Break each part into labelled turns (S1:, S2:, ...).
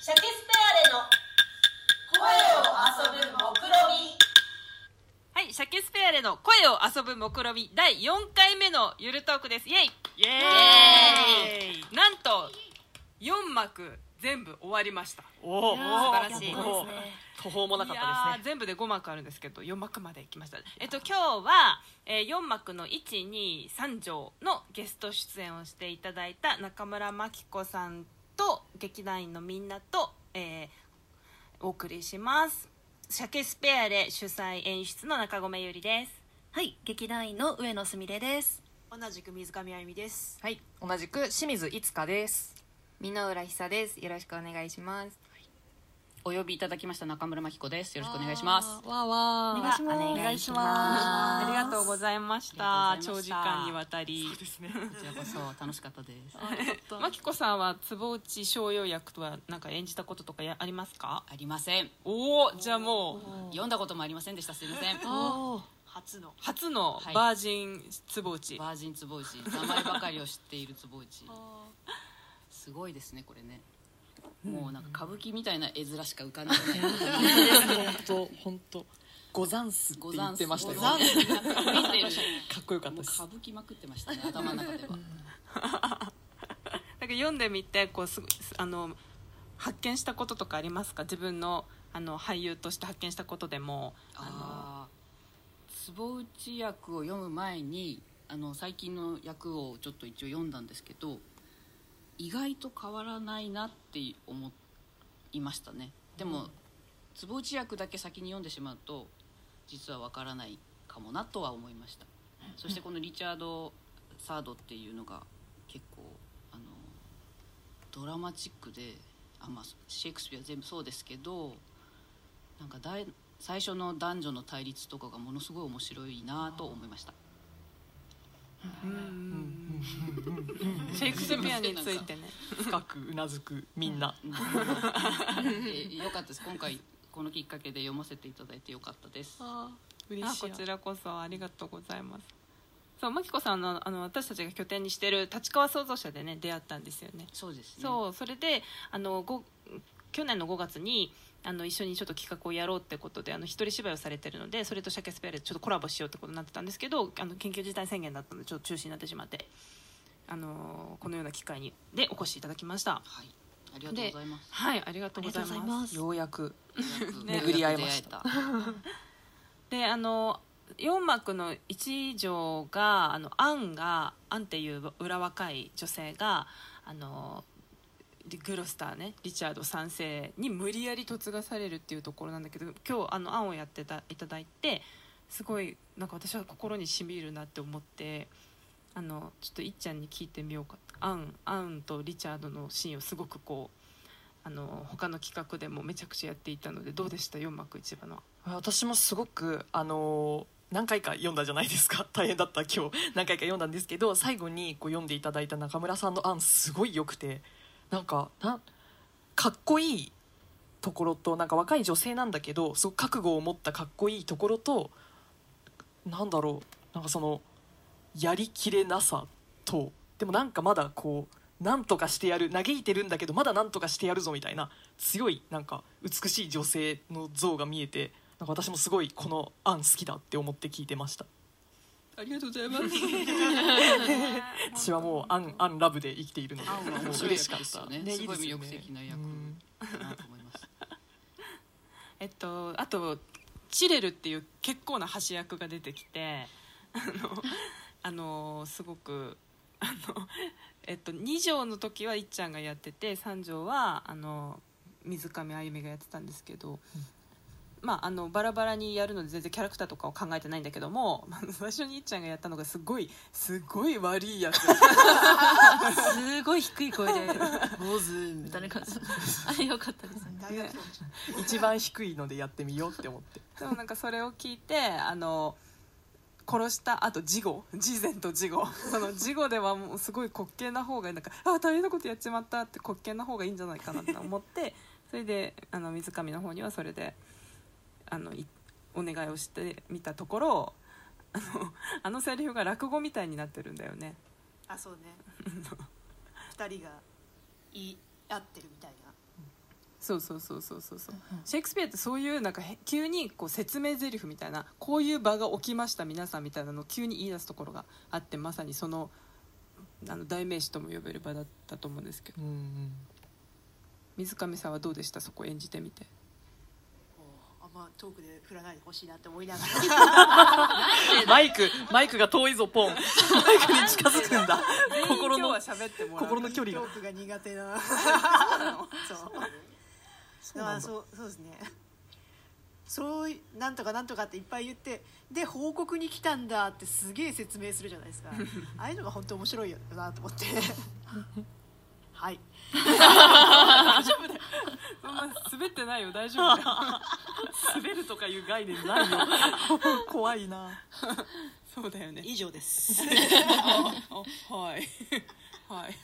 S1: シャケスペアレの声を遊ぶ目論み
S2: はい、シャケスペアレの声を遊ぶ目論み第4回目のゆるトークです。イエイイ
S3: エ
S2: イなんと、4幕全部終わりました。
S3: おお
S2: や素晴らしい
S3: おお途方もなかった
S2: いやー全部で5幕あるんですけど4幕まで行きましたえっと今日は、えー、4幕の123条のゲスト出演をしていただいた中村真紀子さんと劇団員のみんなと、えーお送りします鮭スペアレ主催演出の中込ゆりです
S4: はい、劇団員の上野すみれです。
S1: 同じく水上あゆみです
S5: はい、同じく清水いつかです。
S6: 美濃浦久です。よろしくお願いします。
S3: お呼びいただきました中村真紀子ですよろしくお願いします
S6: わーわ
S4: お願いします
S6: お願いしま
S2: あ
S6: す。
S2: りがとうござ
S6: ざい
S2: いまし
S3: あ
S2: た
S3: りがとう
S2: 長
S3: ござ
S2: 時
S3: いました
S2: 間にわたり
S3: こちらこそ楽しかったです
S2: 真紀子さんは坪内逍遥役とはなんか演じたこととかやありますか
S3: ありません
S2: おおじゃあもう
S3: 読んだこともありませんでしたすいません
S1: 初の
S2: 初の
S3: はい
S2: バージン坪内、
S3: バージン坪内名前ばかりを知っている坪内すごいですねこれねもうなんか歌舞伎みたいな絵面しか浮かんでこない
S5: 本当本当。ござんすって
S3: ご
S5: 言
S3: ざ
S5: っ
S3: んす
S5: てましたよ。
S3: ござん
S5: か
S3: す見てる
S5: っこよかった
S3: もう
S5: で
S3: 歌
S5: す。
S3: 舞伎まくってましたね頭の中では
S2: なんか読んでみてこうすごいすあの発見したこととかありますか自分のあの俳優として発見したことでも
S3: あー坪内役を読む前にあの最近の役をちょっと一応読んだんですけど意外と変わらないなって思いましたねでも、坪内役だけ先に読んでしまうと実はわからないかもなとは思いましたそしてこのリチャード・サードっていうのが結構あのドラマチックであ、まあ、シェイクスピア全部そうですけどなんかだい最初の男女の対立とかがものすごい面白いなと思いました
S2: シェイクスピアについてね
S5: 深くうなずくみ んな。
S3: えよかったです今回このきっかけで読ませていただいてよかったです
S2: あこちらこそありがとうございますそうマキコさんのあの私たちが拠点にしてる立川創造社でね出会ったんですよね
S3: そうですね
S2: そうそれであのご去年の5月にあの一緒にちょっと企画をやろうってことであの一人芝居をされてるのでそれとシャケスペアでちょっとコラボしようってことになってたんですけどあの緊急事態宣言だったのでちょっと中止になってしまってあのこのような機会にでお越しいただきました
S3: はいありがとうございます
S2: はいありがとうございます
S4: ありがとうございます
S5: ようやく。
S3: ようやく
S2: ね
S5: 巡り合いました
S3: ようやく出会え
S2: であの4幕の1条があのアンがアンっていう裏若い女性があのリグロスターねリチャード三世に無理やり嫁がされるっていうところなんだけど今日あのアンをやってたいただいてすごいなんか私は心にしみるなって思ってあのちょっといっちゃんに聞いてみようかアンアンとリチャードのシーンをすごくこうあの他の企画でもめちゃくちゃやっていたのでどうでした4幕一番の
S5: 私もすごくあのー何回か読んだじゃないですか大変だった今日 何回か読んだんですけど最後にこう読んでいただいた中村さんの案すごい良くてなんかなかっこいいところとなんか若い女性なんだけどすごく覚悟を持ったかっこいいところとなんだろうなんかそのやりきれなさとでもなんかまだこうなんとかしてやる嘆いてるんだけどまだなんとかしてやるぞみたいな強いなんか美しい女性の像が見えてなんか私もすごいこの案好きだって思って聞いてました
S2: ありがとうございます。
S5: 私はもうアンアンラブで生きているので
S3: たアンは
S5: も
S3: 面
S5: う
S3: 白い
S5: 嬉し
S3: 役
S5: かっ
S3: ですよ
S5: た
S3: ねすごい魅力
S5: です
S3: 的
S5: よ
S3: な
S5: ね
S3: 役
S5: うん
S3: だなと思いました
S2: えっとあとチレルっていう結構な橋役が出てきてあのあのすごくあのえっと2条の時はいっちゃんがやってて3条はあの水上あゆみがやってたんですけど。まあ、あのバラバラにやるので全然キャラクターとかを考えてないんだけども最初にいっちゃんがやったのがすごいすごい悪いやつ
S4: すごい低い声で、坊主みたいな感じ。あれよかったですね。
S5: 一番低いのでやってみようって思って
S2: でもなんかそれを聞いてあの殺したあと事後事前と事後その事後ではもうすごい滑稽な方がなんかあ大変なことやっちまったって滑稽な方がいいんじゃないかなって思って それであの水上の方にはそれであのいお願いをしてみたところあのあのセリフが落語みたいになってるんだよね
S1: あそうね二人が言い合ってるみたいな
S2: そうそうそうそうそうそうシェイクスピアってそういうなんかへ急にこう説明台詞みたいなこういう場が起きました皆さんみたいなのを急に言い出すところがあってまさにそのあの代名詞とも呼べる場だったと思うんですけど
S5: うんうん
S2: 水上さんはどうでしたそこ演じてみて
S1: あんまトークで振らないでほしいなって思いながら
S5: マイクマイクが遠いぞポンマイクに近づくんだ 心の
S2: 喋っても
S5: 心の距離
S7: ト
S5: が
S7: ークが苦手 なそうだからそうそうですねそういなんとかなんとかっていっぱい言ってで報告に来たんだってすげえ説明するじゃない ですかああいうのが本当面白いよなと思ってはい
S2: 滑ってないよ大丈 夫だよ
S5: 滑るとかいう概念ないよ怖いな
S2: そうだよね
S1: 以上です
S2: あはいはい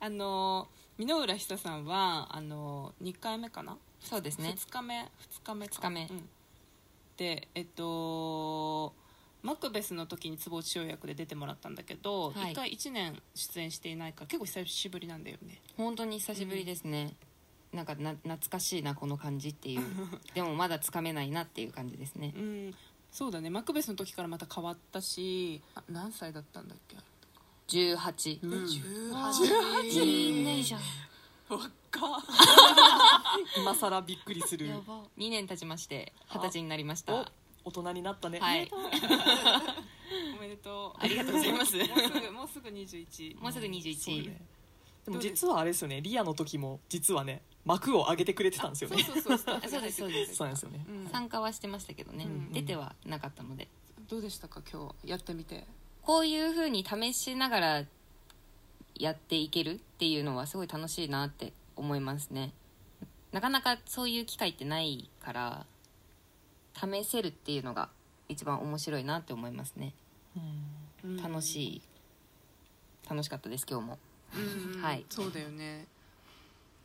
S2: あの箕浦久さんはあの2回目かな
S6: そうですね
S2: 2日目2日目か
S6: 二日目
S2: うんでえっとマクベスの時に坪内翔役で出てもらったんだけど、一
S6: はい
S2: 1回1年出演していないから結構久しぶりなんだよね
S6: 本当に久しぶりですね、なんかな懐かしいなこの感じっていうでもまだつかめないなっていう感じですね
S2: うんそうだねマクベスの時からまた変わったしあ何歳だったんだっけ
S6: 18
S7: 18
S6: じゃん
S5: 今更びっくりする
S6: 2年経ちまして二十歳になりました
S5: お大人になったね、
S6: はい
S2: おめでとう
S6: ありがとうございます
S2: もうすぐもうすぐ21
S6: もうすぐ
S5: そう
S6: 21
S5: ねでも実はあれですよねリアの時も実はね幕を上げてくれてたん ですよ
S2: そう
S5: ね
S2: そうそうスタッ
S6: あ
S2: フ
S6: そ
S2: が
S6: う
S2: 入
S6: で
S2: っ
S6: す
S2: て
S6: そ
S2: くれて
S5: そう
S6: うです
S5: なんですよね、
S2: うん
S6: 参加はしてましたけどね、
S5: うん
S6: 出てはなかったので
S2: どうでしたか今日やってみて
S6: こういう風に試しながらやっていけるっていうのはすごい楽しいなって思いますねなかなかそういう機会ってないから試せるっていうのが一番面白いなって思いますね楽しい、楽しかったです今日も
S2: うんうん
S6: はい
S2: そうだよね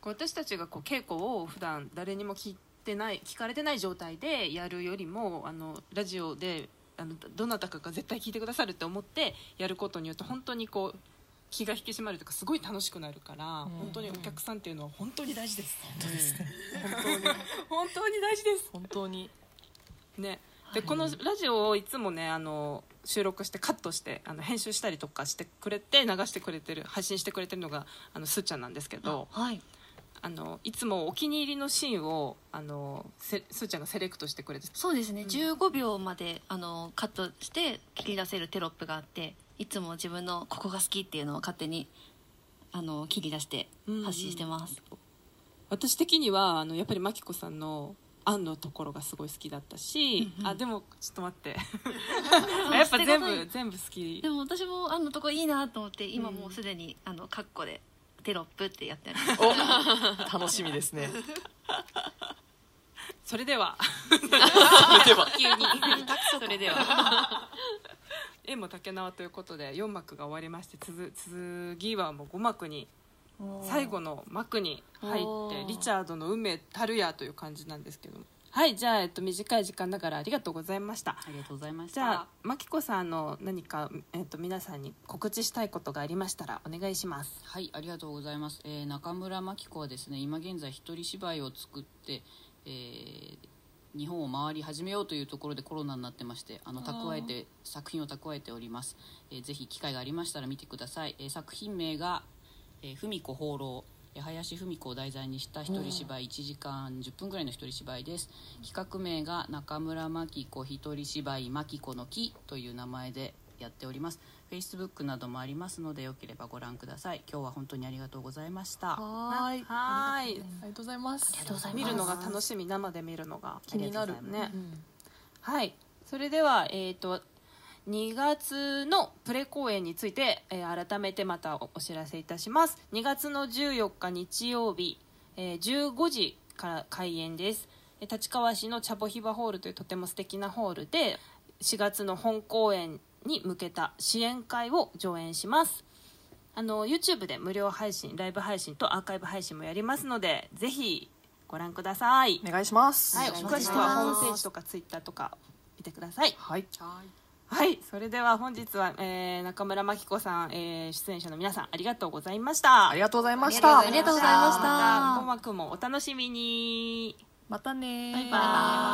S2: こう私たちがこう稽古を普段誰にも聞いてない聞かれてない状態でやるよりもあのラジオであのどなたかが絶対聞いてくださるって思ってやることによって本当にこう気が引き締まるというかすごい楽しくなるから、本当にお客さんっていうのは本当に大事です本当ですね本当に大事です
S5: 本当に
S2: ね、でこのラジオをいつもねあの収録してカットしてあの編集したりとかしてくれて流してくれてる配信してくれてるのがあのすーちゃんなんですけどあ、のいつもお気に入りのシーンをあのせすーちゃんがセレクトしてくれて
S4: そうですね、15秒まであのカットして切り出せるテロップがあっていつも自分のここが好きっていうのを勝手にあの切り出して
S2: うん
S4: 発信してます、
S2: 私的にはあのやっぱりマキコさんの「あん」のところがすごい好きだったし、あでもちょっと待ってやっぱ全部全部好き
S4: でも私もあのとこいいなと思って今もうすでに、あのカッコでテロップってやってあります
S5: 楽しみですね
S2: それでは
S5: で は
S6: 急にそれでは
S2: 絵も竹縄ということで4幕が終わりましてつづ次はもう5幕に最後の幕に入
S4: お
S2: って
S4: ー
S2: リチャードの運命たるやという感じなんですけどはいじゃあ、えっと、短い時間だからありがとうございました
S3: ありがとうございました
S2: じゃあマキコさんの何か、えっと、皆さんに告知したいことがありましたらお願いします
S3: はい、ありがとうございます。えー中村真紀子はですね、今現在一人芝居を作って、えー日本を回り始めようというところでコロナになってまして、あの蓄えて作品を蓄えております。えーぜひ機会がありましたら見てください。えー作品名が、えー、文子放浪。えー林芙美子を題材にした一人芝居1時間10分ぐらいの一人芝居です企画名が中村真紀子一人芝居真紀子の木という名前でやっております Facebook などもありますのでよければご覧ください今日は本当にありがとうございました
S5: はーい
S2: はーい
S5: ありがとうございます
S4: ありがとうございます
S2: 見るのが楽しみ生で見るのが
S5: 気になる
S2: ありがとうございますね、はいそれではえっ、と2月のプレ公演について、えー改めてまたおお知らせいたします2月の14日日曜日、えー15時から開演ですえー立川市のチャボヒバホールというとても素敵なホールで4月の本公演に向けた支援会を上演しますあの YouTube で無料配信ライブ配信とアーカイブ配信もやりますのでぜひご覧ください
S5: お願いします
S2: はい、
S5: お
S2: 詳
S5: 願
S2: し
S5: し
S2: くは
S5: ま
S2: ホームページとかツイッターとか見てください。
S5: すはい
S2: はい、それでは本日は、えー中村真紀子さん、えー出演者の皆さんありがとうございました。
S5: ありがとうございました
S4: ありがとうございました
S2: また
S8: 幕もお楽しみに
S2: またねー
S9: バイバイ